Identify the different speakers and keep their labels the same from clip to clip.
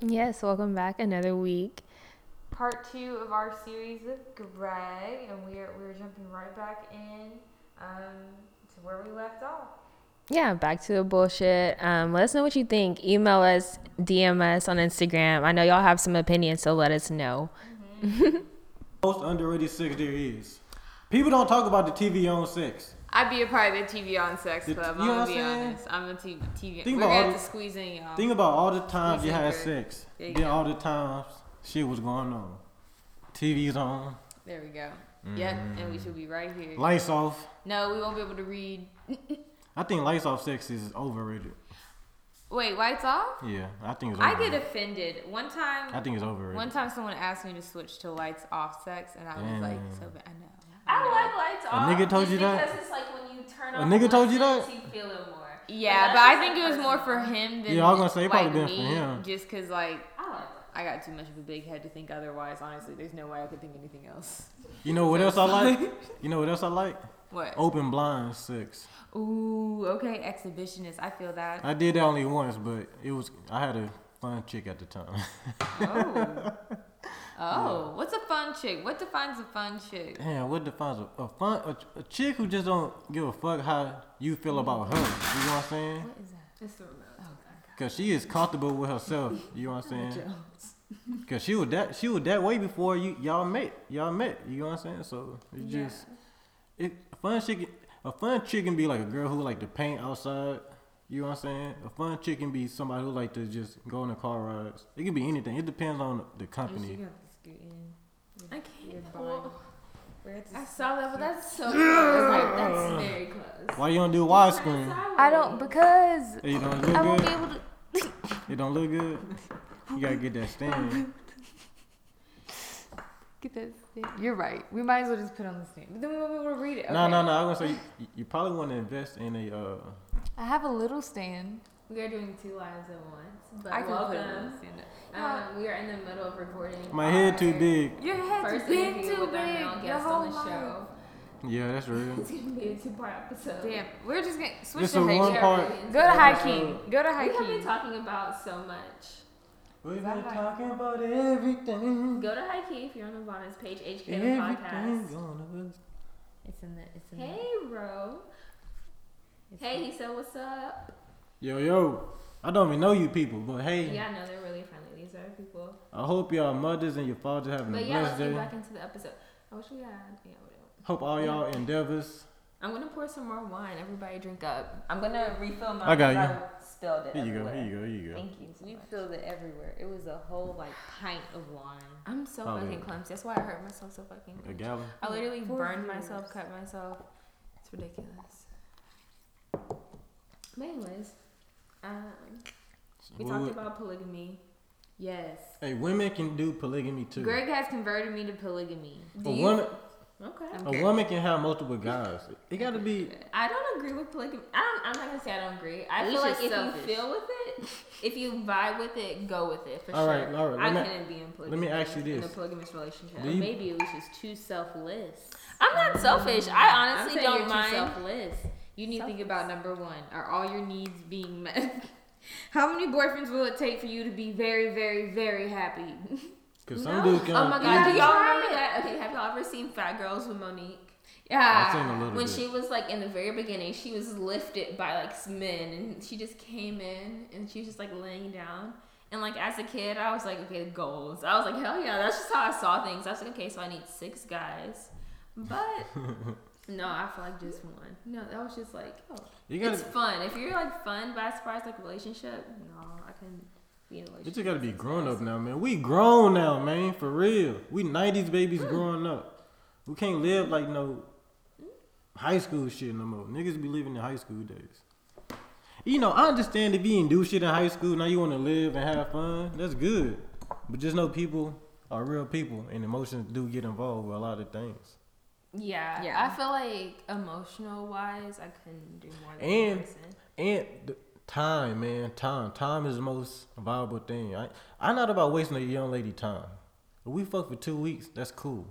Speaker 1: Yes, welcome back another week.
Speaker 2: Part two of our series with Greg, and we're we're jumping right back in um, to where we left off.
Speaker 1: Yeah, back to the bullshit. Um, let us know what you think. Email us, DM us on Instagram. I know y'all have some opinions, so let us know.
Speaker 3: Most underrated sex there is. People don't talk about the TV on sex.
Speaker 2: I'd be a part of the TV on sex
Speaker 3: The-
Speaker 2: club.
Speaker 3: you
Speaker 2: I'm
Speaker 3: know
Speaker 2: gonna
Speaker 3: what I'm
Speaker 2: be
Speaker 3: saying?
Speaker 2: honest. I'm a TV. TV.
Speaker 3: Think
Speaker 2: we're
Speaker 3: about
Speaker 2: gonna
Speaker 3: all
Speaker 2: have to
Speaker 3: the-
Speaker 2: squeeze in y'all.
Speaker 3: Think about all the times you had
Speaker 2: Exactly.
Speaker 3: sex.
Speaker 2: There you
Speaker 3: Then
Speaker 2: go.
Speaker 3: all the times shit was going on. TV's on,
Speaker 2: there we go. Yep, and we should be right here.
Speaker 3: lights off.
Speaker 2: No, we won't be able to read.
Speaker 3: I think lights off sex is overrated.
Speaker 2: Wait, lights off?
Speaker 3: Yeah, I think it's
Speaker 2: I
Speaker 3: overrated.
Speaker 2: get offended. One
Speaker 3: I
Speaker 2: time,
Speaker 3: think it's overrated.
Speaker 2: one time, someone asked me to switch to lights off sex, and I was like,
Speaker 3: Damn.
Speaker 2: so bad. I know.
Speaker 4: I like lights
Speaker 3: A
Speaker 4: off.
Speaker 3: nigga told
Speaker 4: just
Speaker 3: you that?
Speaker 4: Because it's like when you turn
Speaker 3: A
Speaker 4: off.
Speaker 3: nigga told you
Speaker 4: lights,
Speaker 3: that?
Speaker 4: You feel it more.
Speaker 2: Yeah,
Speaker 4: That's
Speaker 2: but I
Speaker 4: just
Speaker 2: think it was more for
Speaker 4: personal.
Speaker 2: him than
Speaker 3: Yeah, I was gonna say, it
Speaker 2: like,
Speaker 3: probably been
Speaker 2: me,
Speaker 3: for him.
Speaker 2: Just because, like,
Speaker 4: I like
Speaker 2: I got too much of a big head to think otherwise. Honestly, there's no way I could think anything else.
Speaker 3: you know what else I like? You know what else I like?
Speaker 2: What?
Speaker 3: Open blind sex.
Speaker 2: Ooh, okay, exhibitionist. I feel that.
Speaker 3: I did that only once, but it was I had a fun chick at the time.
Speaker 2: Oh. Oh, what's a fun chick? What defines a fun chick?
Speaker 3: Damn, what defines a, a fun a, a chick who just don't give a fuck how you feel about her? You know what I'm saying?
Speaker 2: What is that? Oh,
Speaker 4: it. It's the remote.
Speaker 3: Cause she is comfortable with herself. You know what I'm saying? Cause she was that she was that way before you y'all met. Y'all met. You know what I'm saying? So it's
Speaker 2: Yeah.
Speaker 3: just it a fun chick. A fun chick can be like a girl who like to paint outside. You know what I'm saying? A fun chick can be somebody who like to just go on a car rides. It can be anything. It depends on the company.
Speaker 2: I
Speaker 4: can't. I
Speaker 2: I
Speaker 4: saw that, but that's so. close. Like, that's very close.
Speaker 3: Why you don't do widescreen?
Speaker 1: I don't because
Speaker 3: It don't
Speaker 1: I
Speaker 3: look
Speaker 1: won't be
Speaker 3: good.
Speaker 1: able to.
Speaker 3: It don't look good. You gotta get that stand.
Speaker 2: Get that thing. You're right. We might as well just put on the stand. But then we won't be able to read it.
Speaker 3: No,
Speaker 2: Okay.
Speaker 3: no, no. I was gonna say you, you probably want to invest in a uh.
Speaker 2: I have a little stand.
Speaker 4: We are doing two lives at once. But
Speaker 2: I can put a
Speaker 4: welcome.
Speaker 2: little stand up.
Speaker 4: Um, we are in the middle of recording.
Speaker 3: My head too
Speaker 4: our
Speaker 3: big.
Speaker 2: Your head's
Speaker 4: First
Speaker 2: been
Speaker 4: interview
Speaker 2: too
Speaker 4: with our
Speaker 2: big.
Speaker 4: male
Speaker 2: Your
Speaker 4: guest
Speaker 2: whole
Speaker 4: on the show.
Speaker 3: Yeah, that's real.
Speaker 4: It's gonna be a two-part episode.
Speaker 2: Damn, we're just gonna switch
Speaker 3: Just
Speaker 2: to
Speaker 3: a
Speaker 2: high
Speaker 3: one
Speaker 2: key.
Speaker 3: part.
Speaker 2: Go to high key.
Speaker 3: episode.
Speaker 2: Go to
Speaker 4: We
Speaker 2: high
Speaker 4: have been
Speaker 2: key.
Speaker 4: talking about so much.
Speaker 3: We've
Speaker 2: been
Speaker 3: been
Speaker 2: Bye.
Speaker 3: talking about everything.
Speaker 4: Go to High Key if you're on Ivana's page, HK the
Speaker 3: Everything
Speaker 4: podcast.
Speaker 3: gonna
Speaker 2: It's in the. It's in
Speaker 4: Hey, bro.
Speaker 2: the.
Speaker 4: Hey, he said, what's up?
Speaker 3: Yo, yo. I don't even know you people, but hey,
Speaker 4: Yeah, no, they're really friendly. These are people.
Speaker 3: I hope y'all mothers and your fathers having a
Speaker 4: But yeah, let's
Speaker 3: blessed
Speaker 4: get
Speaker 3: day.
Speaker 4: back into the episode. I wish we had. Yeah, we don't.
Speaker 3: Hope all y'all endeavors.
Speaker 4: I'm gonna pour some more wine. Everybody, drink up. I'm gonna refill my.
Speaker 3: I got
Speaker 4: 'cause
Speaker 3: you.
Speaker 2: Spilled it.
Speaker 3: Here you go, here you go, here you go.
Speaker 4: Thank you. So
Speaker 2: We
Speaker 4: much.
Speaker 2: filled it everywhere. It was a whole like pint of wine.
Speaker 4: I'm so
Speaker 3: Oh,
Speaker 4: fucking
Speaker 3: yeah.
Speaker 4: clumsy. That's why I hurt myself so fucking.
Speaker 3: A
Speaker 4: Much.
Speaker 3: gallon.
Speaker 4: I literally
Speaker 2: Four
Speaker 4: burned
Speaker 2: years.
Speaker 4: myself, cut myself. It's ridiculous. But anyways, um, we
Speaker 3: Well,
Speaker 4: talked about polygamy.
Speaker 2: Yes.
Speaker 3: hey, women can do polygamy too.
Speaker 2: Greg has converted me to polygamy.
Speaker 3: a
Speaker 4: Do you?
Speaker 3: woman,
Speaker 4: Okay.
Speaker 3: a woman can have multiple guys. It gotta be.
Speaker 4: I don't agree with polygamy. I don't, I'm not gonna say I don't agree. I
Speaker 2: At
Speaker 4: feel
Speaker 2: least
Speaker 4: like
Speaker 2: you're
Speaker 4: if
Speaker 2: selfish.
Speaker 4: you feel with it, if you vibe with it, go with it for
Speaker 3: All
Speaker 4: sure.
Speaker 3: right, all right,
Speaker 4: I
Speaker 3: let me-
Speaker 4: couldn't be in polygamy.
Speaker 3: me ask you
Speaker 4: In a
Speaker 3: this.
Speaker 4: polygamous relationship.
Speaker 3: Do you-
Speaker 2: Maybe it was just too selfless. Um,
Speaker 4: I'm not selfish. I
Speaker 2: I'm
Speaker 4: honestly
Speaker 2: saying
Speaker 4: don't
Speaker 2: you're
Speaker 4: mind.
Speaker 2: Too selfless. You need to think about number one: are all your needs being met? How many boyfriends will it take for you to be very, very, very happy?
Speaker 3: Cause some
Speaker 4: No.
Speaker 3: dudes can.
Speaker 4: Oh my
Speaker 2: you
Speaker 4: god, do
Speaker 2: can
Speaker 4: y'all
Speaker 2: try
Speaker 4: remember
Speaker 2: it.
Speaker 4: that? Okay, have y'all ever seen Fat Girls with Monique?
Speaker 3: I've
Speaker 2: yeah.
Speaker 3: seen a little
Speaker 4: When
Speaker 3: bit.
Speaker 4: she was like in the very beginning, she was lifted by like s- men, and she just came in and she was just like laying down. And like as a kid, I was like, okay, goals. I was like, hell yeah, that's just how I saw things. I was like, okay, so I need six guys, but no, I feel like just one. No, that was just like, oh,
Speaker 3: you gotta.
Speaker 4: it's fun. If you're like fun by surprise, like relationship, no, I can be in a
Speaker 3: You
Speaker 4: relationship.
Speaker 3: just gotta be grown up now, man. We grown now, man. For real, we '90s babies growing up. We can't live like no high school shit no more. Niggas be living in high school days. You know, I understand if you didn't do shit in high school, now you want to live and have fun. That's good, but just know people are real people, and emotions do get involved with a lot of things.
Speaker 4: Yeah,
Speaker 2: Yeah.
Speaker 4: I feel like emotional wise, I couldn't do more than
Speaker 3: And-
Speaker 4: one person.
Speaker 3: And the time, man, time. Time is the most valuable thing. I, I'm not about wasting a young lady time. If we fuck for two weeks, that's cool.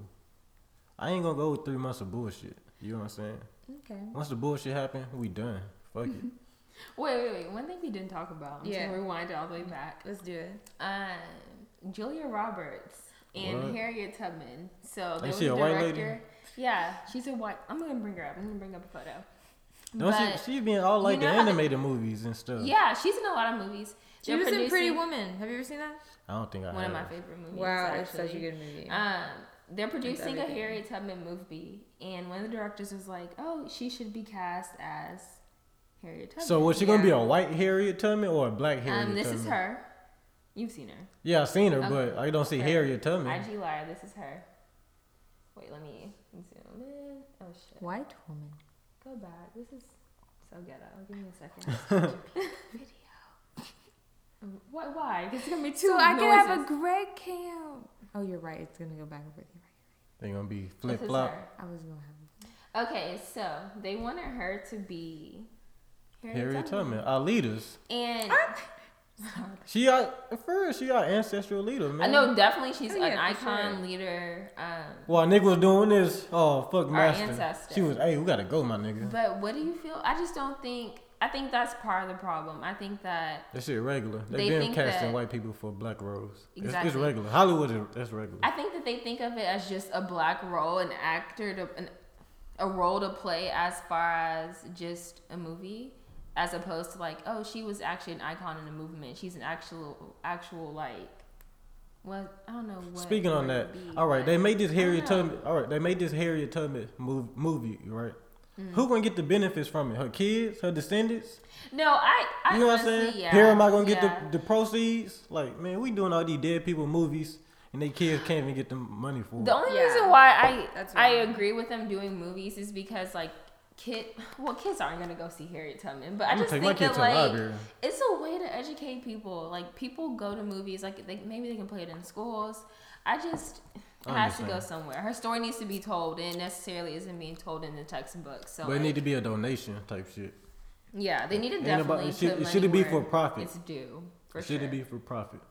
Speaker 3: I ain't gonna go with three months of bullshit. You know what I'm saying?
Speaker 2: Okay.
Speaker 3: Once the bullshit happen, we done. Fuck it.
Speaker 4: Wait, wait, wait. One thing we didn't talk about. I'm just
Speaker 2: Yeah.
Speaker 4: gonna rewind it all the way back.
Speaker 2: Let's do it.
Speaker 4: Um, Julia Roberts and
Speaker 3: What?
Speaker 4: Harriet Tubman. So there
Speaker 3: Ain't
Speaker 4: was
Speaker 3: she
Speaker 4: a
Speaker 3: a white
Speaker 4: director.
Speaker 3: lady?
Speaker 4: Yeah, she's a white. I'm gonna bring her up. I'm gonna bring up a photo.
Speaker 3: Don't
Speaker 4: but,
Speaker 3: she? She's been all like
Speaker 4: know
Speaker 3: the
Speaker 4: how they-
Speaker 3: animated movies and stuff.
Speaker 4: Yeah, she's in a lot of movies.
Speaker 2: She
Speaker 4: They're
Speaker 2: was in Pretty
Speaker 4: producing-
Speaker 2: Woman. Have you ever seen that?
Speaker 3: I don't think I.
Speaker 4: One of my
Speaker 3: have.
Speaker 4: favorite movies.
Speaker 2: Wow,
Speaker 4: actually.
Speaker 2: it's such a good movie.
Speaker 4: Um, they're producing a
Speaker 2: everything.
Speaker 4: Harriet Tubman movie, and one of the directors was like, "Oh, she should be cast as Harriet Tubman."
Speaker 3: So was she gonna be
Speaker 2: Yeah.
Speaker 3: a white Harriet Tubman or a black Harriet
Speaker 4: um, this
Speaker 3: Tubman?
Speaker 4: is her. You've seen her.
Speaker 3: Yeah, I seen her,
Speaker 4: Okay.
Speaker 3: but I don't see
Speaker 4: Her.
Speaker 3: Harriet Tubman.
Speaker 4: IG liar. This is her. Wait, let me zoom in. Oh shit.
Speaker 2: White Woman.
Speaker 4: Go back. This is so ghetto. Give me a second. Video. Why? Why? Because it's gonna be too.
Speaker 2: So I can have a
Speaker 4: noises.
Speaker 2: Greg cam. Oh, you're right. It's gonna go back and forth. You're right.
Speaker 3: They gonna be
Speaker 4: This is
Speaker 3: flip flop.
Speaker 4: her.
Speaker 2: I was gonna have.
Speaker 4: Okay, so they wanted her to be Harriet,
Speaker 3: Harriet
Speaker 4: Tubman.
Speaker 3: Tubman, our leaders.
Speaker 4: And
Speaker 3: She our for real, she our ancestral leader,
Speaker 4: I
Speaker 3: man.
Speaker 4: know uh, definitely she's
Speaker 2: Oh, yeah,
Speaker 4: an
Speaker 2: for
Speaker 4: icon
Speaker 2: sure.
Speaker 4: leader. Um,
Speaker 3: While nigga was doing this, oh fuck, master.
Speaker 4: ancestor.
Speaker 3: She was, hey, we gotta go, my nigga.
Speaker 4: but what do you feel? I just don't think. I think that's part of the problem. I think that
Speaker 3: That shit regular. They,
Speaker 4: They
Speaker 3: been
Speaker 4: think
Speaker 3: casting
Speaker 4: that-
Speaker 3: white people for black roles. It's, it's
Speaker 4: Exactly.
Speaker 3: regular. Hollywood is that's regular.
Speaker 4: I think that they think of it as just a black role, an actor to an, a role to play as far as just a movie, as opposed to like, oh, she was actually an icon in a movement. She's an actual actual like, what I don't know. What
Speaker 3: Speaking on
Speaker 4: word
Speaker 3: that,
Speaker 4: it would be,
Speaker 3: all right, they
Speaker 4: but-
Speaker 3: made this Harriet
Speaker 4: know.
Speaker 3: Tubman. All right, they made this Harriet Tubman move, movie, right?
Speaker 4: Mm.
Speaker 3: Who gonna get the benefits from it? Her kids, her descendants.
Speaker 4: no, I, I
Speaker 3: You know
Speaker 4: honestly,
Speaker 3: what I'm saying?
Speaker 4: Yeah,
Speaker 3: Here am I gonna get
Speaker 4: yeah.
Speaker 3: the, the proceeds? Like, man, we doing all these dead people movies, and they kids can't even get the money for.
Speaker 4: The
Speaker 3: it.
Speaker 4: only
Speaker 2: Yeah.
Speaker 4: reason why I
Speaker 2: That's
Speaker 4: I
Speaker 2: wrong.
Speaker 4: agree with them doing movies is because like kid well kids aren't gonna go see Harriet Tubman, but I
Speaker 3: I'ma
Speaker 4: just
Speaker 3: take
Speaker 4: think
Speaker 3: my kid
Speaker 4: that
Speaker 3: to the library.
Speaker 4: like it's a way to educate people. Like people go to movies like they, maybe they can play it in schools. I just it
Speaker 3: I
Speaker 4: has to go
Speaker 3: understand.
Speaker 4: somewhere. Her story needs to be told, and it necessarily isn't being told in the textbook. So
Speaker 3: But it
Speaker 4: like,
Speaker 3: need to be a donation type shit.
Speaker 4: yeah, they need to
Speaker 3: about-
Speaker 4: definitely
Speaker 3: it should-
Speaker 4: put
Speaker 3: it shouldn't
Speaker 4: money
Speaker 3: be for
Speaker 4: where
Speaker 3: profit.
Speaker 4: It's due for
Speaker 3: it
Speaker 4: sure.
Speaker 3: shouldn't be for profit.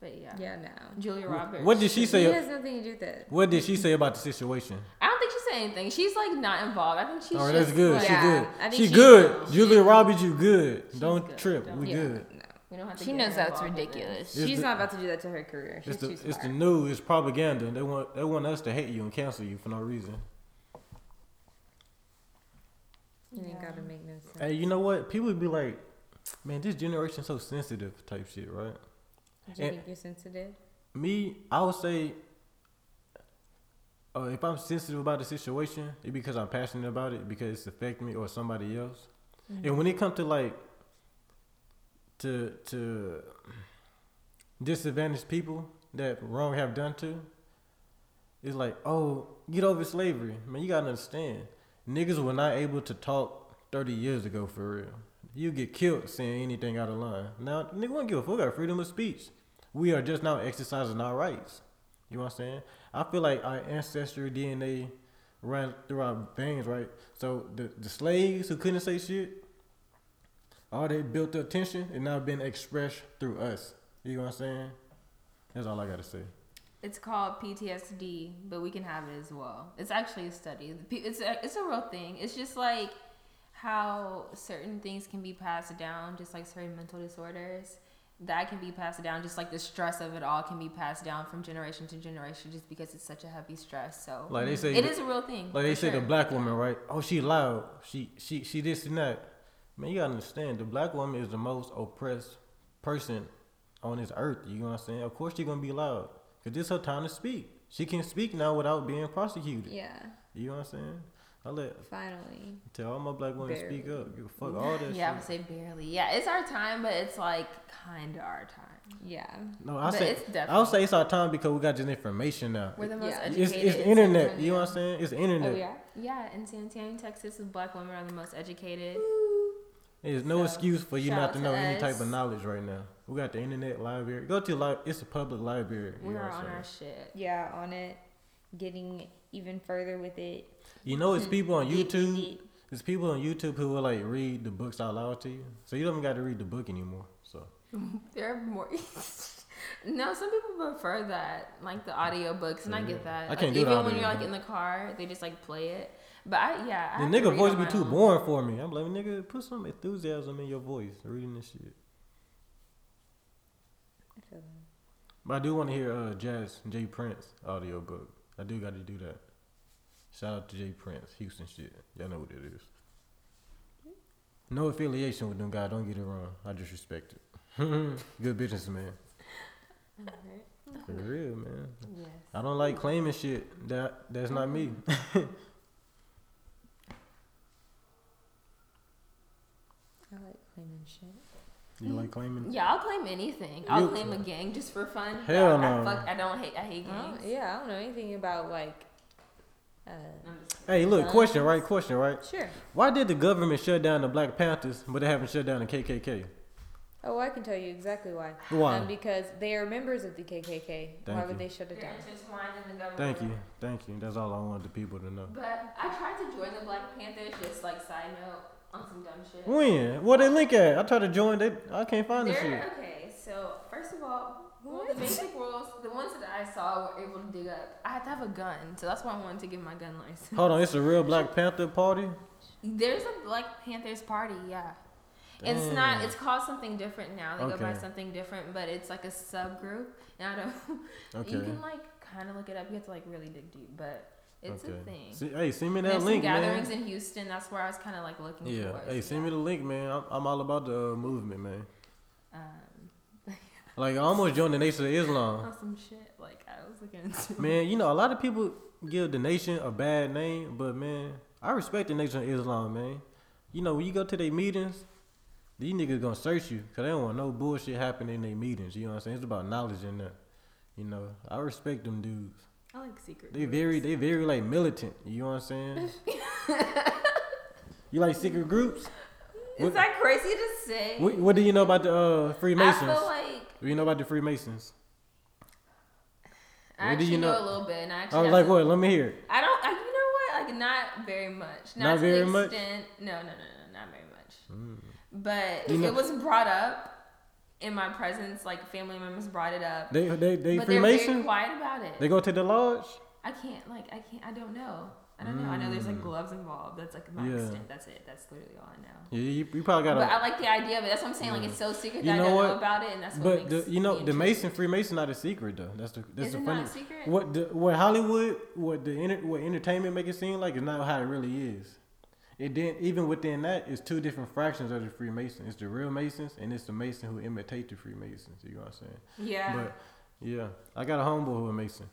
Speaker 4: But yeah,
Speaker 2: Yeah, no.
Speaker 4: Julia Roberts.
Speaker 3: What did she
Speaker 2: He
Speaker 3: say?
Speaker 2: has nothing to do with that.
Speaker 3: What did she say about the situation?
Speaker 4: I don't think she said anything. She's like not involved. I think she's
Speaker 3: All right,
Speaker 4: just
Speaker 3: that's good.
Speaker 4: like-
Speaker 3: she
Speaker 2: Yeah,
Speaker 3: good.
Speaker 2: I think
Speaker 3: She,
Speaker 2: she-
Speaker 3: good. Julia Roberts, you good. Don't
Speaker 4: good.
Speaker 3: trip.
Speaker 4: Don't-
Speaker 3: we
Speaker 2: Yeah,
Speaker 3: good.
Speaker 2: no.
Speaker 4: We don't have to
Speaker 2: She
Speaker 4: get
Speaker 2: knows
Speaker 4: her
Speaker 2: that's
Speaker 4: involved in this.
Speaker 2: ridiculous.
Speaker 3: It's
Speaker 2: She's
Speaker 3: the-
Speaker 2: not about to do that to her career. She's
Speaker 3: It's the
Speaker 2: too
Speaker 3: it's the
Speaker 2: smart.
Speaker 3: news. It's propaganda. They want they want us to hate you and cancel you for no reason.
Speaker 2: You ain't gotta make no sense.
Speaker 3: Hey, you know what? People be like, man, this generation so sensitive type shit, right?
Speaker 2: Do you
Speaker 3: and-
Speaker 2: think you're sensitive?
Speaker 3: Me, I would say, uh, if I'm sensitive about the situation, it's because I'm passionate about it because it's affecting me or somebody else. And when it comes to like to to disadvantaged people that wrong have done to, it's like, oh, get over slavery, man. You gotta understand, niggas were not able to talk thirty years ago for real. You get killed saying anything out of line. Now, nigga, won't give a fuck about freedom of speech. We are just now exercising our rights. You know what I'm saying? I feel like our ancestry DNA ran through our veins, right? So the, the slaves who couldn't say shit, all they built up tension and now being expressed through us. You know what I'm saying? That's all I gotta say.
Speaker 4: It's called PTSD, but we can have it as well. It's actually a study. The pe- It's a, it's a real thing. It's just like how certain things can be passed down, just like certain mental disorders. That can be passed down, just like the stress of it all can be passed down from generation to generation, just because it's such a heavy stress. So
Speaker 3: Like they say,
Speaker 4: it is a real thing.
Speaker 3: Like they
Speaker 4: for
Speaker 3: say, the
Speaker 4: sure.
Speaker 3: black woman, right? Oh, she loud. She she she this and that. Man, you gotta understand, the black woman is the most oppressed person on this earth. You know what I'm saying? Of course, she gonna be loud, cause this her time to speak. She can speak now without being prosecuted.
Speaker 2: Yeah,
Speaker 3: You know what I'm saying? I let
Speaker 2: finally.
Speaker 3: tell all my black women to speak
Speaker 2: Barely.
Speaker 3: up. Give a fuck all that
Speaker 4: yeah, I
Speaker 3: shit.
Speaker 4: would say barely. Yeah, it's our time, but it's like kinda our time.
Speaker 2: Yeah.
Speaker 3: No, I
Speaker 4: But
Speaker 3: say
Speaker 4: it's
Speaker 3: I'll
Speaker 4: definitely-
Speaker 3: say it's our time because we got this information now.
Speaker 4: We're the most
Speaker 2: Yeah.
Speaker 4: educated.
Speaker 3: It's it's
Speaker 4: in
Speaker 3: internet.
Speaker 4: San
Speaker 3: You
Speaker 4: Antonio.
Speaker 3: know what I'm saying? It's internet.
Speaker 2: Oh yeah.
Speaker 4: Yeah, in San Antonio, Texas, the black women are the most educated.
Speaker 3: There's no
Speaker 4: So,
Speaker 3: excuse for you
Speaker 4: shout
Speaker 3: not
Speaker 4: out
Speaker 3: to
Speaker 4: to
Speaker 3: know any type
Speaker 4: us.
Speaker 3: of knowledge right now. We got the internet library. Go to li- it's a public library. You
Speaker 4: We
Speaker 3: know,
Speaker 4: are
Speaker 3: what I'm
Speaker 4: on our
Speaker 3: saying?
Speaker 4: shit.
Speaker 2: Yeah, on it, getting even further with it.
Speaker 3: you know it's people on
Speaker 2: Deep,
Speaker 3: YouTube.
Speaker 2: deep.
Speaker 3: It's people on YouTube who will like read the books out loud to you, so you don't even got to read the book anymore. So
Speaker 4: There are more. no, some people prefer that, like the audiobooks, and I get that.
Speaker 3: I
Speaker 4: Like,
Speaker 3: can't do the
Speaker 4: even when you're
Speaker 3: audio,
Speaker 4: like
Speaker 3: huh?
Speaker 4: in the car, they just like play it. But I, yeah, I
Speaker 3: The
Speaker 4: have to
Speaker 3: nigga
Speaker 4: read
Speaker 3: voice
Speaker 4: on
Speaker 3: be
Speaker 4: my
Speaker 3: too
Speaker 4: own.
Speaker 3: boring for me. I'm like, nigga, put some enthusiasm in your voice reading this shit. But I do want to hear uh, Jazz Jay Prince audiobook. I do got to do that. Shout out to Jay Prince, Houston shit. Y'all know what it is. No affiliation with them guy. Don't get it wrong. I just respect it. Good businessman.
Speaker 4: Mm-hmm.
Speaker 3: For real, man.
Speaker 2: Yes.
Speaker 3: I don't like claiming shit that that's not me.
Speaker 2: I like claiming shit.
Speaker 3: You like claiming?
Speaker 4: Yeah, I'll claim anything. I'll
Speaker 3: You-
Speaker 4: claim a gang just for fun.
Speaker 3: Hell
Speaker 4: I,
Speaker 3: no.
Speaker 4: I, fuck, I don't hate. I hate
Speaker 2: I don't,
Speaker 4: gangs.
Speaker 2: yeah, I don't know anything about like. Uh,
Speaker 3: Hey, look, question, right? Question, right?
Speaker 2: sure.
Speaker 3: Why did the government shut down the Black Panthers, but they haven't shut down the KKK?
Speaker 2: Oh, I can tell you exactly why.
Speaker 3: Why?
Speaker 2: Um, because they are members of the KKK. why
Speaker 3: Thank
Speaker 2: would
Speaker 3: you.
Speaker 2: they shut it down?
Speaker 3: Thank you, thank you. That's all I wanted the people to know.
Speaker 4: But I tried to join the Black Panthers, just like side note on some dumb shit.
Speaker 3: When? What they link at? I tried to join. They, I can't find this shit.
Speaker 4: They're, okay, so first of all, well, the basic rules, the ones that I saw were able to dig up. I had to have a gun, so that's why I wanted to get my gun license.
Speaker 3: Hold on, it's a real Black Panther party.
Speaker 4: There's a Black Panthers party, yeah. It's not. It's called something different now. They go by
Speaker 3: Okay.
Speaker 4: something different, but it's like a subgroup. And I don't. You
Speaker 3: Okay.
Speaker 4: can like kind of look it up. You have to like really dig deep, but it's
Speaker 3: okay.
Speaker 4: a thing.
Speaker 3: See, hey, send me that
Speaker 4: There's
Speaker 3: link,
Speaker 4: some gatherings
Speaker 3: man.
Speaker 4: in Houston. That's where I was kind of like looking.
Speaker 3: Yeah.
Speaker 4: towards,
Speaker 3: Hey, send me the link, man. I'm, I'm all about the uh, movement, man.
Speaker 4: um,
Speaker 3: Like I almost joined the Nation of Islam.
Speaker 4: on some shit. Like I was looking into.
Speaker 3: Man, you know, a lot of people give the nation a bad name, but man, I respect the nation of Islam, man. You know, when you go to their meetings, these niggas gonna search you because they don't want no bullshit happening in their meetings. You know what I'm saying? It's about knowledge in there. You know, I respect them dudes.
Speaker 4: I like secret.
Speaker 3: They very, they very like militant. You know what I'm saying? you like secret groups?
Speaker 4: Is
Speaker 3: What,
Speaker 4: that crazy to say?
Speaker 3: what, what do you know about the uh, Freemasons?
Speaker 4: I feel like
Speaker 3: do you know about the Freemasons?
Speaker 4: I
Speaker 3: What do
Speaker 4: actually
Speaker 3: you
Speaker 4: know?
Speaker 3: know?
Speaker 4: a little bit, and I
Speaker 3: I
Speaker 4: actually
Speaker 3: was
Speaker 4: have
Speaker 3: Oh, like,
Speaker 4: to-
Speaker 3: what? Let me hear it.
Speaker 4: I don't. I, you know what? Like not very much. Not,
Speaker 3: Not
Speaker 4: to
Speaker 3: very
Speaker 4: the
Speaker 3: much? Mm.
Speaker 4: extent, No, no, no, no, not very much. But
Speaker 3: You
Speaker 4: if
Speaker 3: know-
Speaker 4: it was brought up in my presence, like family members brought it up.
Speaker 3: They, they, they
Speaker 4: but they're very
Speaker 3: Freemason?
Speaker 4: quiet about it.
Speaker 3: They go to the lodge?
Speaker 4: I can't like I can't I don't know. I don't know. I know there's like gloves involved. That's like my
Speaker 3: Mm. Yeah.
Speaker 4: extent. That's it. That's literally all I know.
Speaker 3: Yeah, you, you probably
Speaker 4: But
Speaker 3: gotta.
Speaker 4: I like the idea of it. That's what I'm saying. Like it's so secret
Speaker 3: You
Speaker 4: that
Speaker 3: know
Speaker 4: I don't
Speaker 3: what?
Speaker 4: know about it, and that's what
Speaker 3: But,
Speaker 4: makes
Speaker 3: the, you know
Speaker 4: me
Speaker 3: the
Speaker 4: intrigued.
Speaker 3: Mason Freemason not a secret though. That's the that's
Speaker 4: Is
Speaker 3: the
Speaker 4: it
Speaker 3: funny.
Speaker 4: not a secret?
Speaker 3: What the what Hollywood what the enter, what entertainment make it seem like is not how it really is. It then even within that is two different fractions of the Freemason. It's the real Masons and it's the Mason who imitate the Freemasons. You know what I'm saying?
Speaker 4: Yeah.
Speaker 3: But yeah, I got a homeboy who a Mason.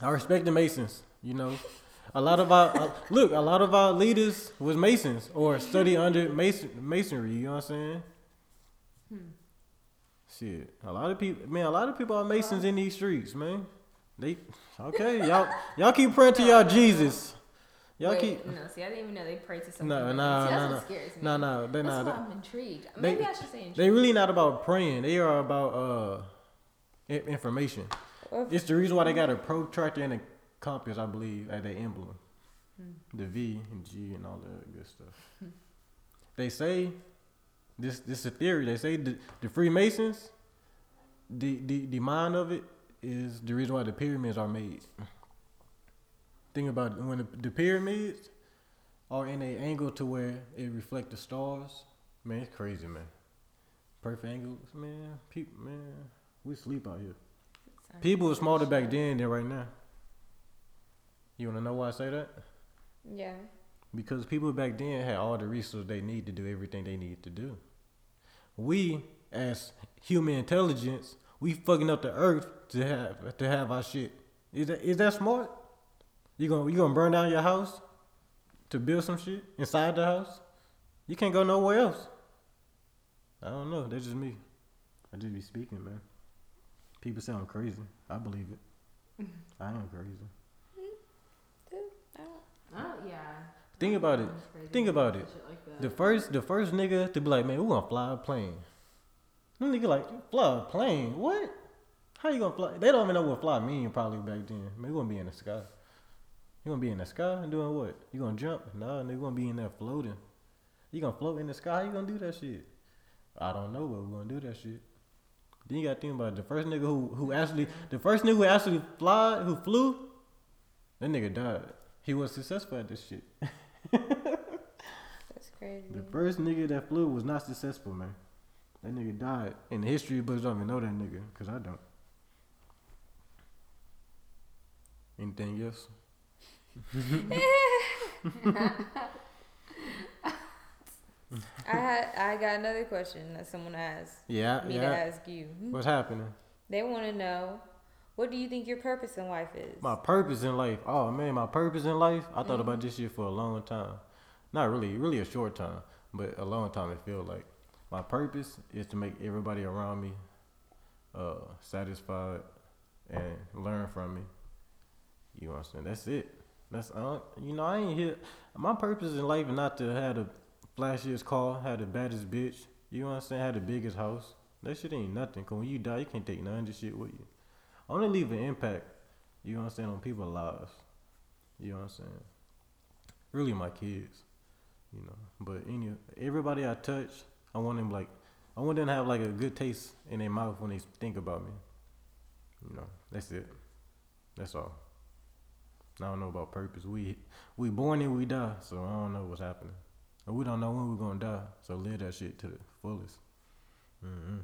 Speaker 3: I respect the Masons. You know, a lot of our uh, look, a lot of our leaders was Masons or study under Mason Masonry. You know what I'm saying?
Speaker 4: Hmm.
Speaker 3: Shit, a lot of people, man, a lot of people are Masons in these streets, man. They okay, y'all, y'all keep praying to y'all Jesus. Y'all
Speaker 4: Wait,
Speaker 3: keep
Speaker 4: no. See, I didn't even know they prayed to something.
Speaker 3: no, no,
Speaker 4: like that. See, that's
Speaker 3: no,
Speaker 4: what
Speaker 3: no,
Speaker 4: scares me.
Speaker 3: no, no, they
Speaker 4: That's
Speaker 3: not.
Speaker 4: why I'm intrigued.
Speaker 3: they-
Speaker 4: Maybe I should say intrigued.
Speaker 3: They really not about praying. They are about uh i- information. It's the reason why they got a protractor and a compass, I believe, at their emblem. The V and G and all that good stuff. They say this this is a theory. They say the, the Freemasons, the, the the mind of it is the reason why the pyramids are made. Think about it. when the, the pyramids are in an angle to where it reflects the stars. Man, it's crazy, man. Perfect angles, man. People, man, we sleep out here. People were smarter back then than right now. You wanna know why I say that?
Speaker 2: Yeah.
Speaker 3: Because people back then had all the resources they need to do everything they needed to do. We, as human intelligence, we fucking up the earth to have to have our shit. Is that is that smart? You gonna you gonna burn down your house to build some shit inside the house? You can't go nowhere else. I don't know. That's just me. I just be speaking, man. People say I'm crazy. I believe it. I am crazy.
Speaker 4: Oh yeah.
Speaker 3: Think about it. Think about it.
Speaker 4: Shit like that.
Speaker 3: The first, the first nigga to be like, man, we gonna fly a plane. Them nigga like, fly a plane? What? How you gonna fly? They don't even know what fly mean probably back then. Man, we gonna be in the sky. You gonna be in the sky and doing what? You gonna jump? Nah, nigga, we gonna be in there floating. You gonna float in the sky? How you gonna do that shit? I don't know, but we gonna do that shit. Then you gotta think about it. The first nigga who who actually, the first nigga who actually fly, who flew, that nigga died. He was successful at this shit.
Speaker 2: That's crazy.
Speaker 3: The first nigga that flew was not successful, man. That nigga died. And the history books don't even know that nigga, because I don't. Anything else?
Speaker 2: I had I got another question that someone asked
Speaker 3: Yeah,
Speaker 2: me to
Speaker 3: yeah.
Speaker 2: ask you.
Speaker 3: What's happening?
Speaker 2: They want to know what do you think your purpose in life is?
Speaker 3: My purpose in life. Oh man, my purpose in life. I thought about this shit for a long time. Not really, really a short time, but a long time. It feels like my purpose is to make everybody around me uh, satisfied and learn from me. You know what I'm saying? That's it. That's uh, you know I ain't here. My purpose in life is not to have the flashiest car, have the baddest bitch. You know what I'm saying? Have the biggest house. That shit ain't nothing. Cause when you die, you can't take none of this shit with you. I want to leave an impact. You know what I'm saying on people's lives. You know what I'm saying. Really, my kids. You know, but any everybody I touch, I want them like, I want them to have like a good taste in their mouth when they think about me. You know, that's it. That's all. I don't know about purpose. We we born and we die, so I don't know what's happening. And we don't know when we're gonna die, so live that shit to the fullest. hmm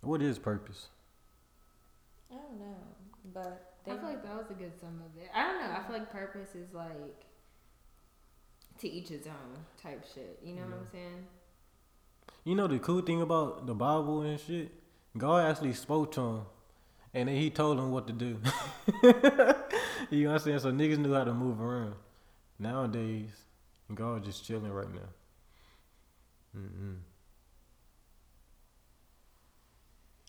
Speaker 3: What is purpose?
Speaker 2: I don't know, but
Speaker 4: I
Speaker 2: they
Speaker 4: feel like that was a good sum of it. I don't know. I feel like purpose is like to each his own type shit. You know what I'm saying?
Speaker 3: You know the cool thing about the Bible and shit, God actually spoke to him, and then He told him what to do. you know what I'm saying? So niggas knew how to move around. Nowadays, God just chilling right now. Mm-hmm.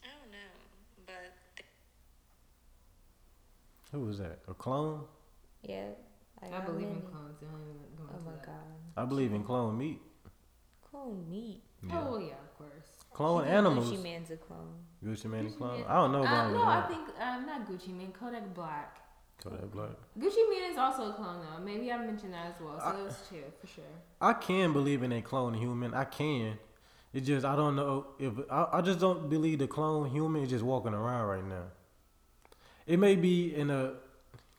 Speaker 2: I don't know, but
Speaker 3: Who was that? A clone?
Speaker 2: yeah, I,
Speaker 4: I
Speaker 2: got
Speaker 4: believe in
Speaker 2: many.
Speaker 4: clones. Don't even go
Speaker 2: Oh
Speaker 4: into
Speaker 2: my
Speaker 4: that.
Speaker 2: god,
Speaker 3: I believe in clone meat.
Speaker 2: clone meat.
Speaker 3: Yeah.
Speaker 4: Oh well, yeah, of course.
Speaker 3: Clone
Speaker 2: She thinks
Speaker 3: animals.
Speaker 2: Gucci man's a clone.
Speaker 3: Gucci Man is
Speaker 4: Gucci
Speaker 3: clone.
Speaker 4: Man.
Speaker 3: I don't know about
Speaker 4: Uh, no, I
Speaker 3: that.
Speaker 4: think um, not Gucci Man. Kodak Black.
Speaker 3: Kodak Black.
Speaker 4: Gucci Man is also a clone though. Maybe I mentioned that as well. So it was two for sure.
Speaker 3: I can believe in a clone human. I can. It's just I don't know if I, I just don't believe the clone human is just walking around right now. It may be in a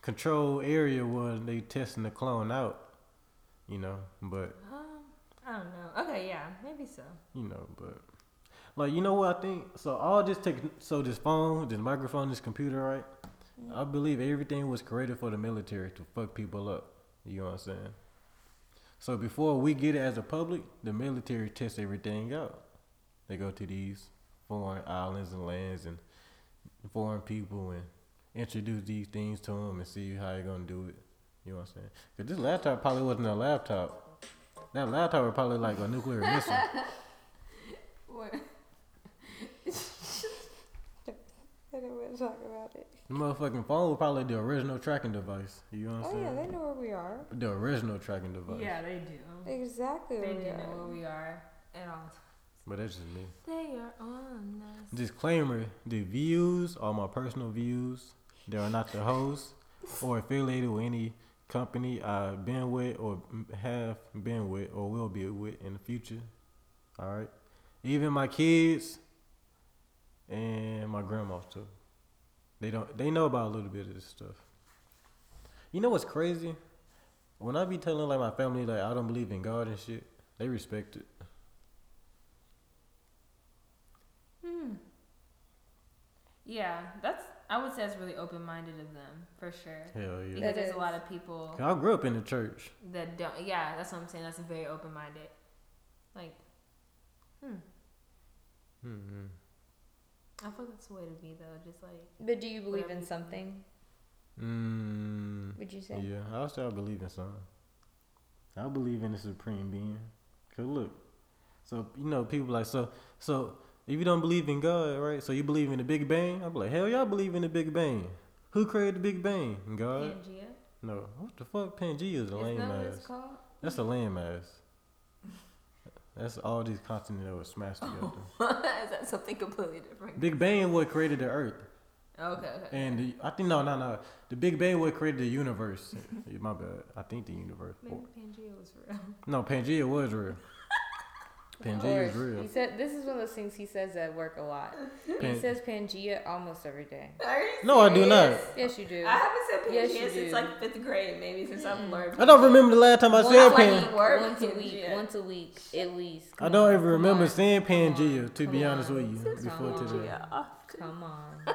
Speaker 3: controlled area where they testing the clone out, you know. But
Speaker 4: Um, I don't know. Okay, yeah, maybe so.
Speaker 3: you know, but like you know what I think. So all this tech, so this phone, this microphone, this computer, right? I believe everything was created for the military to fuck people up. You know what I'm saying? So before we get it as a public, the military tests everything out. They go to these foreign islands and lands and foreign people and introduce these things to them and see how they gonna do it. You know what I'm saying? Cause this laptop probably wasn't a laptop. That laptop was probably like a nuclear missile.
Speaker 4: What?
Speaker 2: They don't want to talk about it.
Speaker 3: The motherfucking phone was probably the original tracking device. You know what I'm
Speaker 2: Oh yeah,
Speaker 3: saying?
Speaker 2: they know where we are.
Speaker 3: the original tracking device.
Speaker 4: Yeah, they do.
Speaker 2: Exactly
Speaker 4: They
Speaker 2: where we
Speaker 4: do
Speaker 2: are.
Speaker 4: know where we are at all times.
Speaker 3: But that's just me.
Speaker 4: They are on us.
Speaker 3: Disclaimer the views are my personal views. They are not the host or affiliated with any company I've been with or have been with or will be with in the future. All right. Even my kids and my grandma too. They don't they know about a little bit of this stuff. You know what's crazy? When I be telling like my family like I don't believe in God and shit, they respect it.
Speaker 4: Yeah, that's I would say that's really open minded of them for sure.
Speaker 3: Hell yeah.
Speaker 4: Because
Speaker 2: It
Speaker 4: there's
Speaker 2: is.
Speaker 4: a lot of people
Speaker 3: 'Cause I grew up in the church.
Speaker 4: that don't. Yeah, that's what I'm saying. That's very open minded. Like,
Speaker 3: hmm
Speaker 4: I feel that's the way to be though. Just like
Speaker 2: But do you believe
Speaker 4: Whatever
Speaker 2: in
Speaker 4: you-
Speaker 2: something?
Speaker 3: Mm,
Speaker 2: Would you say?
Speaker 3: yeah, I still believe in something. I believe in the supreme being. Cause look, so you know people like so so if you don't believe in God, right? So you believe in the Big Bang? I'm like hell yeah, I believe in the Big Bang. Who created the Big Bang? God?
Speaker 4: Pangea.
Speaker 3: No, what Uh, the fuck? Pangea is a
Speaker 4: Is
Speaker 3: lame
Speaker 4: that what it's
Speaker 3: ass.
Speaker 4: called?
Speaker 3: That's a lame ass. That's all these continents that were smashed together.
Speaker 4: Is that something completely different?
Speaker 3: Big Bang what created the Earth.
Speaker 4: Okay. okay.
Speaker 3: And the, I think no, no, no. The Big Bang what created the universe. Yeah, My bad. I think the universe.
Speaker 4: Maybe Pangea was real.
Speaker 3: No, Pangea was real. Pangea is real.
Speaker 2: He said this is one of those things he says at work a lot.
Speaker 3: Pan-
Speaker 2: He says Pangea almost every day.
Speaker 4: Are you
Speaker 3: no, I do
Speaker 4: serious?
Speaker 3: not.
Speaker 2: Yes, you do.
Speaker 4: I haven't said
Speaker 2: Yes,
Speaker 4: Pangea
Speaker 2: you
Speaker 4: since
Speaker 2: do.
Speaker 4: like fifth grade, maybe since I've learned.
Speaker 3: I don't remember the last time I said
Speaker 4: Well, I
Speaker 3: Pangea.
Speaker 4: like- Work
Speaker 1: once a week,
Speaker 4: Pangea.
Speaker 1: once a week at least.
Speaker 3: I don't
Speaker 1: Come
Speaker 3: even
Speaker 1: on,
Speaker 3: remember
Speaker 1: come
Speaker 3: seeing Pangea, to be
Speaker 1: come
Speaker 3: honest
Speaker 1: on.
Speaker 3: with you, before
Speaker 2: Pangea.
Speaker 3: today.
Speaker 4: Yeah.
Speaker 1: on, Come on,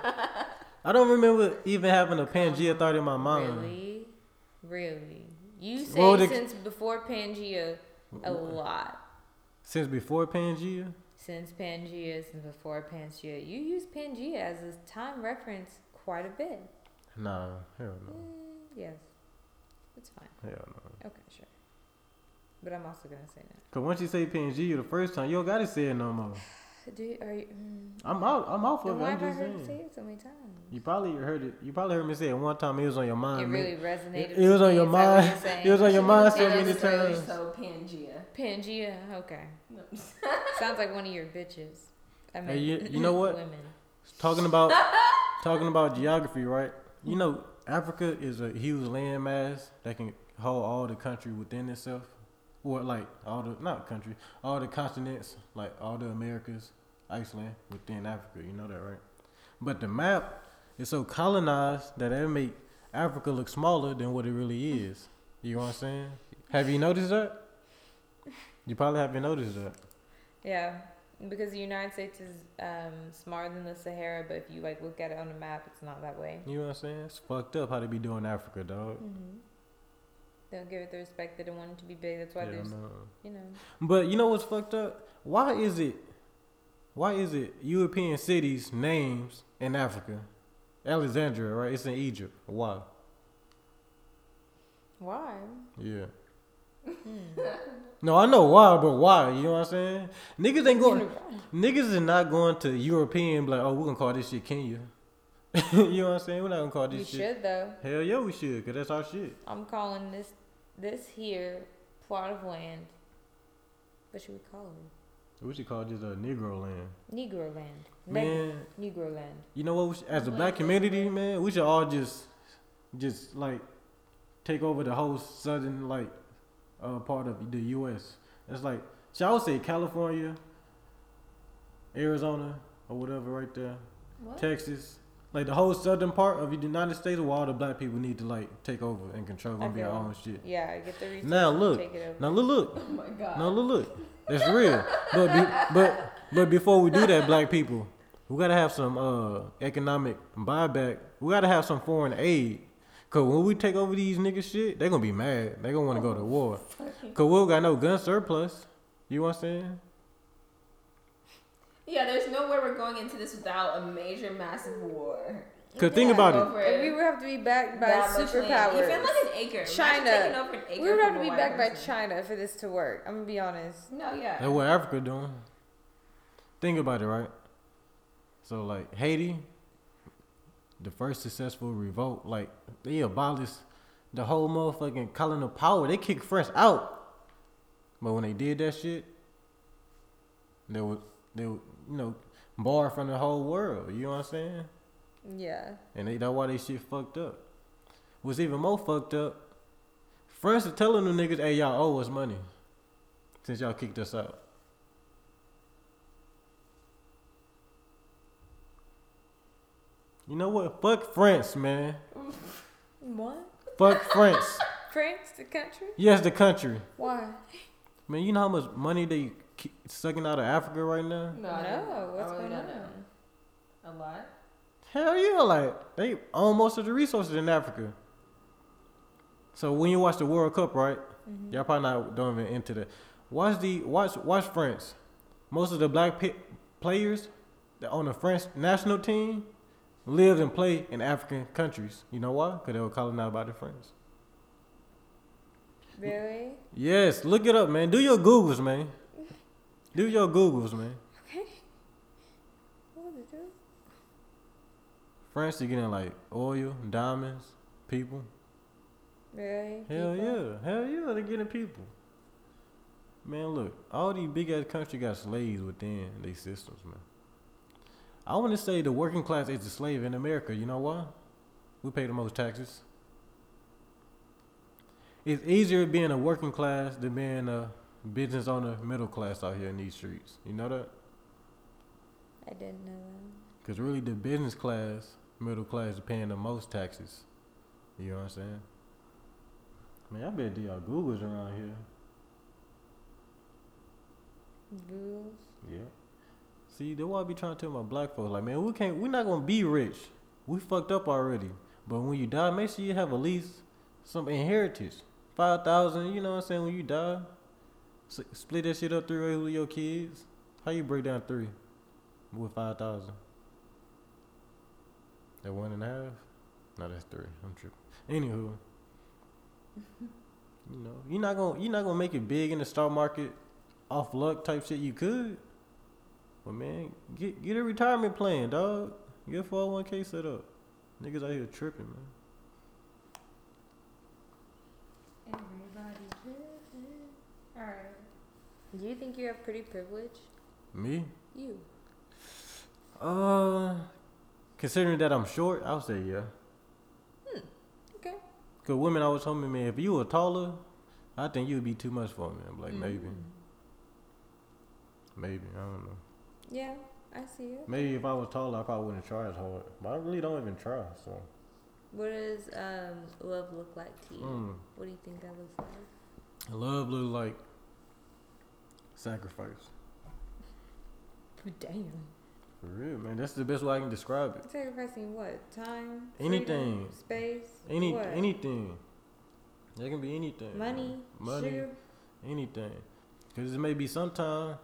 Speaker 3: I don't remember even having a Pangea thought in my mind.
Speaker 1: really, really. You say
Speaker 3: Well, the-
Speaker 1: since before Pangea a lot.
Speaker 3: Since before Pangea?
Speaker 1: Since Pangea, since before Pangea, you use Pangea as a time reference quite a bit.
Speaker 3: Nah, hell no.
Speaker 1: Mm, yes, it's fine.
Speaker 3: Hell no.
Speaker 1: Okay, sure. But I'm also gonna say no.
Speaker 3: Cause once you say Pangea the first time, you don't gotta say it no more.
Speaker 1: Do you, are you? Mm,
Speaker 3: I'm out I'm out
Speaker 1: then
Speaker 3: of it.
Speaker 1: why
Speaker 3: I'm
Speaker 1: have I
Speaker 3: just
Speaker 1: heard you say
Speaker 3: saying.
Speaker 1: it so many times?
Speaker 3: You probably heard it you probably heard me say it one time, it was on your mind.
Speaker 1: It
Speaker 3: man.
Speaker 1: really resonated.
Speaker 3: It- it was
Speaker 1: with
Speaker 3: on
Speaker 1: me,
Speaker 3: your
Speaker 1: is that what you're
Speaker 3: mind.
Speaker 1: saying?
Speaker 3: It was on your mind so
Speaker 4: And
Speaker 3: many
Speaker 4: it's really
Speaker 3: times.
Speaker 4: So Pangea.
Speaker 1: Pangea. Okay.
Speaker 4: No.
Speaker 1: Sounds like one of your bitches. I mean,
Speaker 3: Hey, you- you know what?
Speaker 1: Women.
Speaker 3: Talking about talking about geography, right? You know, Africa is a huge landmass that can hold all the country within itself, or like all the not country, all the continents, like all the Americas, Iceland within Africa. You know that, right? But the map is so colonized that it make Africa look smaller than what it really is. You know what I'm saying? Have you noticed that? You probably haven't noticed that.
Speaker 2: Yeah, because the United States is um, smaller than the Sahara, but if you like look at it on the map, it's not that way.
Speaker 3: You know what I'm saying? It's fucked up how they be doing Africa, dog.
Speaker 1: Mm-hmm.
Speaker 2: Don't give it the respect that it wanted to be big. That's why
Speaker 3: Yeah,
Speaker 2: there's,
Speaker 3: no.
Speaker 2: you know,
Speaker 3: But you know what's fucked up? Why is it? Why is it European cities names in Africa? Alexandria, right? It's in Egypt. Why?
Speaker 2: why?
Speaker 3: Yeah.
Speaker 2: Hmm.
Speaker 3: no, I know why, but why? You know what I'm saying? Niggas ain't going. niggas is not going to European. Like, oh, we're gonna call this shit Kenya. you know what I'm saying? We're not gonna call
Speaker 2: We
Speaker 3: this shit.
Speaker 2: should though.
Speaker 3: Hell yeah, we should, cause that's our shit.
Speaker 2: I'm calling this this here plot of land. What should we call it?
Speaker 3: We should call this a Negro land,
Speaker 2: Negro land. Ne-
Speaker 3: man.
Speaker 2: Negro land.
Speaker 3: You know what? we should- As a black community, man, we should all just, just like, take over the whole southern like, uh, part of the U.S. It's like, so I would say California, Arizona, or whatever, right there,
Speaker 4: What?
Speaker 3: Texas, like the whole southern part of the United States, where all the black people need to like take over and control and be our
Speaker 2: Okay.
Speaker 3: own shit.
Speaker 2: Yeah, I get the reason.
Speaker 3: Now look,
Speaker 2: Take it over.
Speaker 3: now look, look.
Speaker 4: Oh my god.
Speaker 3: No, look, look, that's real. But be, but but before we do that, black people, we gotta have some uh economic buyback. We gotta have some foreign aid. Cause when we take over these niggas shit, they gonna be mad. They gonna wanna go to war. Cause we don't got no gun surplus. You know what I'm saying?
Speaker 4: Yeah, there's no way we're going into this without a major, massive war.
Speaker 3: Cause think
Speaker 2: Yeah,
Speaker 3: about it.
Speaker 4: Over
Speaker 2: And we would have to be backed by
Speaker 4: that much land.
Speaker 2: superpowers.
Speaker 4: Even like an acre. Imagine
Speaker 2: China.
Speaker 4: taking over an acre
Speaker 2: we would
Speaker 4: from
Speaker 2: have to
Speaker 4: a
Speaker 2: be
Speaker 4: white
Speaker 2: backed by
Speaker 4: person.
Speaker 2: China for this to work. I'm gonna be honest.
Speaker 4: No, yeah.
Speaker 3: That's what Africa doing. Think about it, right? So like Haiti, the first successful revolt, like they abolished the whole motherfucking colonial power. They kicked French out. But when they did that shit, they were they were, you know, barred from the whole world. You know what I'm saying?
Speaker 2: Yeah.
Speaker 3: And they, that's why they shit fucked up. What's even more fucked up, France is telling them niggas, hey, y'all owe us money since y'all kicked us out. You know what? Fuck France, man.
Speaker 2: What?
Speaker 3: Fuck France.
Speaker 2: France, the country?
Speaker 3: yes, the country.
Speaker 2: Why?
Speaker 3: Man, you know how much money they ki- sucking out of Africa right now?
Speaker 4: No, I don't-
Speaker 2: No,
Speaker 4: I
Speaker 2: what's
Speaker 4: really
Speaker 2: going
Speaker 4: don't
Speaker 2: on?
Speaker 4: know. A lot.
Speaker 3: Hell yeah, like they own most of the resources in Africa. So when you watch the World Cup, right? Y'all probably not don't even into that. Watch the watch watch France. Most of the black pe- players that on the French national team live and play in African countries. You know why? Because they were colonized by the French.
Speaker 2: Really?
Speaker 3: Yes, look it up, man. Do your googles, man. Do your googles, man.
Speaker 2: What did you
Speaker 3: France is getting like oil, diamonds, people.
Speaker 2: do? Really?
Speaker 3: Hell
Speaker 2: People?
Speaker 3: yeah, hell yeah, they're getting people. Man, look, all these big ass country got slaves within their systems, man. I want to say the working class is a slave in America. You know why? We pay the most taxes. It's easier being a working class than being a business owner, middle class out here in these streets. You know that?
Speaker 2: I didn't know that.
Speaker 3: Because really, the business class, middle class, are paying the most taxes. You know what I'm saying? Man, I bet y'all Googles around here.
Speaker 2: Rules.
Speaker 3: Yeah. See, that's why I be trying to tell my black folks, like, man, we can't, we're not gonna be rich. We fucked up already. But when you die, make sure you have at least some inheritance. Five thousand, you know what I'm saying? When you die, s- split that shit up three ways with your kids. How you break down three with five thousand? That one and a half? No, that's three. I'm tripping. Anywho, you know, you're not gonna you're not gonna make it big in the stock market off luck type shit. You could. But man, get get a retirement plan, dog. Get four hundred one k set up. Niggas out here tripping, man.
Speaker 5: Everybody All right.
Speaker 2: Do you think you have pretty privilege?
Speaker 3: Me?
Speaker 2: You.
Speaker 3: Uh, considering that I'm short, I'll say yeah.
Speaker 2: okay.
Speaker 3: Cause women always told me, man, if you were taller, I think you'd be too much for me. I'm like, maybe,
Speaker 2: Hmm.
Speaker 3: maybe I don't know.
Speaker 2: Yeah, I see it.
Speaker 3: Maybe if I was taller, I probably wouldn't try as hard. But I really don't even try. So,
Speaker 2: What does um, love look like to you?
Speaker 3: mm.
Speaker 2: What do you think that looks like?
Speaker 3: love looks like sacrifice.
Speaker 2: Damn.
Speaker 3: For real, man. That's the best way I can describe it.
Speaker 2: Sacrificing what? Time?
Speaker 3: Anything.
Speaker 2: freedom, space?
Speaker 3: Any
Speaker 2: what?
Speaker 3: anything. That can be anything. man.
Speaker 2: Money?
Speaker 3: Money.
Speaker 2: Sugar?
Speaker 3: Anything. Cause it may be sometime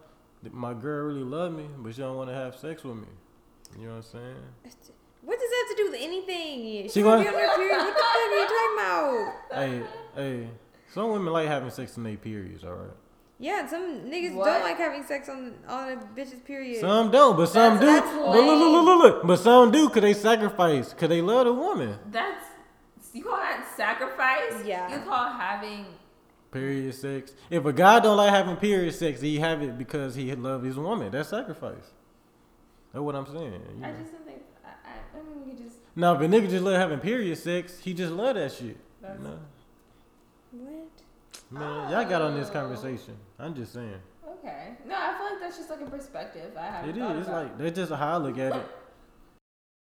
Speaker 3: that my girl really love me, but she don't want to have sex with me. You know what I'm saying?
Speaker 2: What does that have to do with anything?
Speaker 3: She
Speaker 2: She gonna
Speaker 3: gonna-
Speaker 2: be on her period. What the fuck are you talking about?
Speaker 3: hey, hey. Some women like having sex in their periods, all right.
Speaker 2: Yeah, and some niggas
Speaker 4: What?
Speaker 2: don't like having sex on on a bitch's period.
Speaker 3: Some don't, but some
Speaker 4: That's-
Speaker 3: do.
Speaker 4: that's
Speaker 3: But look, look,
Speaker 4: lame.
Speaker 3: look, look, look. But some do, cause they sacrifice, cause they love the woman.
Speaker 4: That's you call that sacrifice?
Speaker 2: Yeah.
Speaker 4: You call having
Speaker 3: Period sex. If a guy don't like having period sex, he have it because he love his woman. That's sacrifice. That's what I'm saying. you
Speaker 4: I
Speaker 3: know.
Speaker 4: just don't think I, I, I mean you just
Speaker 3: Now, if a nigga just love having period sex, he just love that shit.
Speaker 4: That's-
Speaker 3: you know?
Speaker 2: What?
Speaker 3: Man, y'all got on this
Speaker 4: Oh.
Speaker 3: conversation. I'm just saying.
Speaker 4: okay. No, I feel like that's just like a perspective I haven't
Speaker 3: It
Speaker 4: thought
Speaker 3: is. It's
Speaker 4: about.
Speaker 3: like, that's just how I look at it.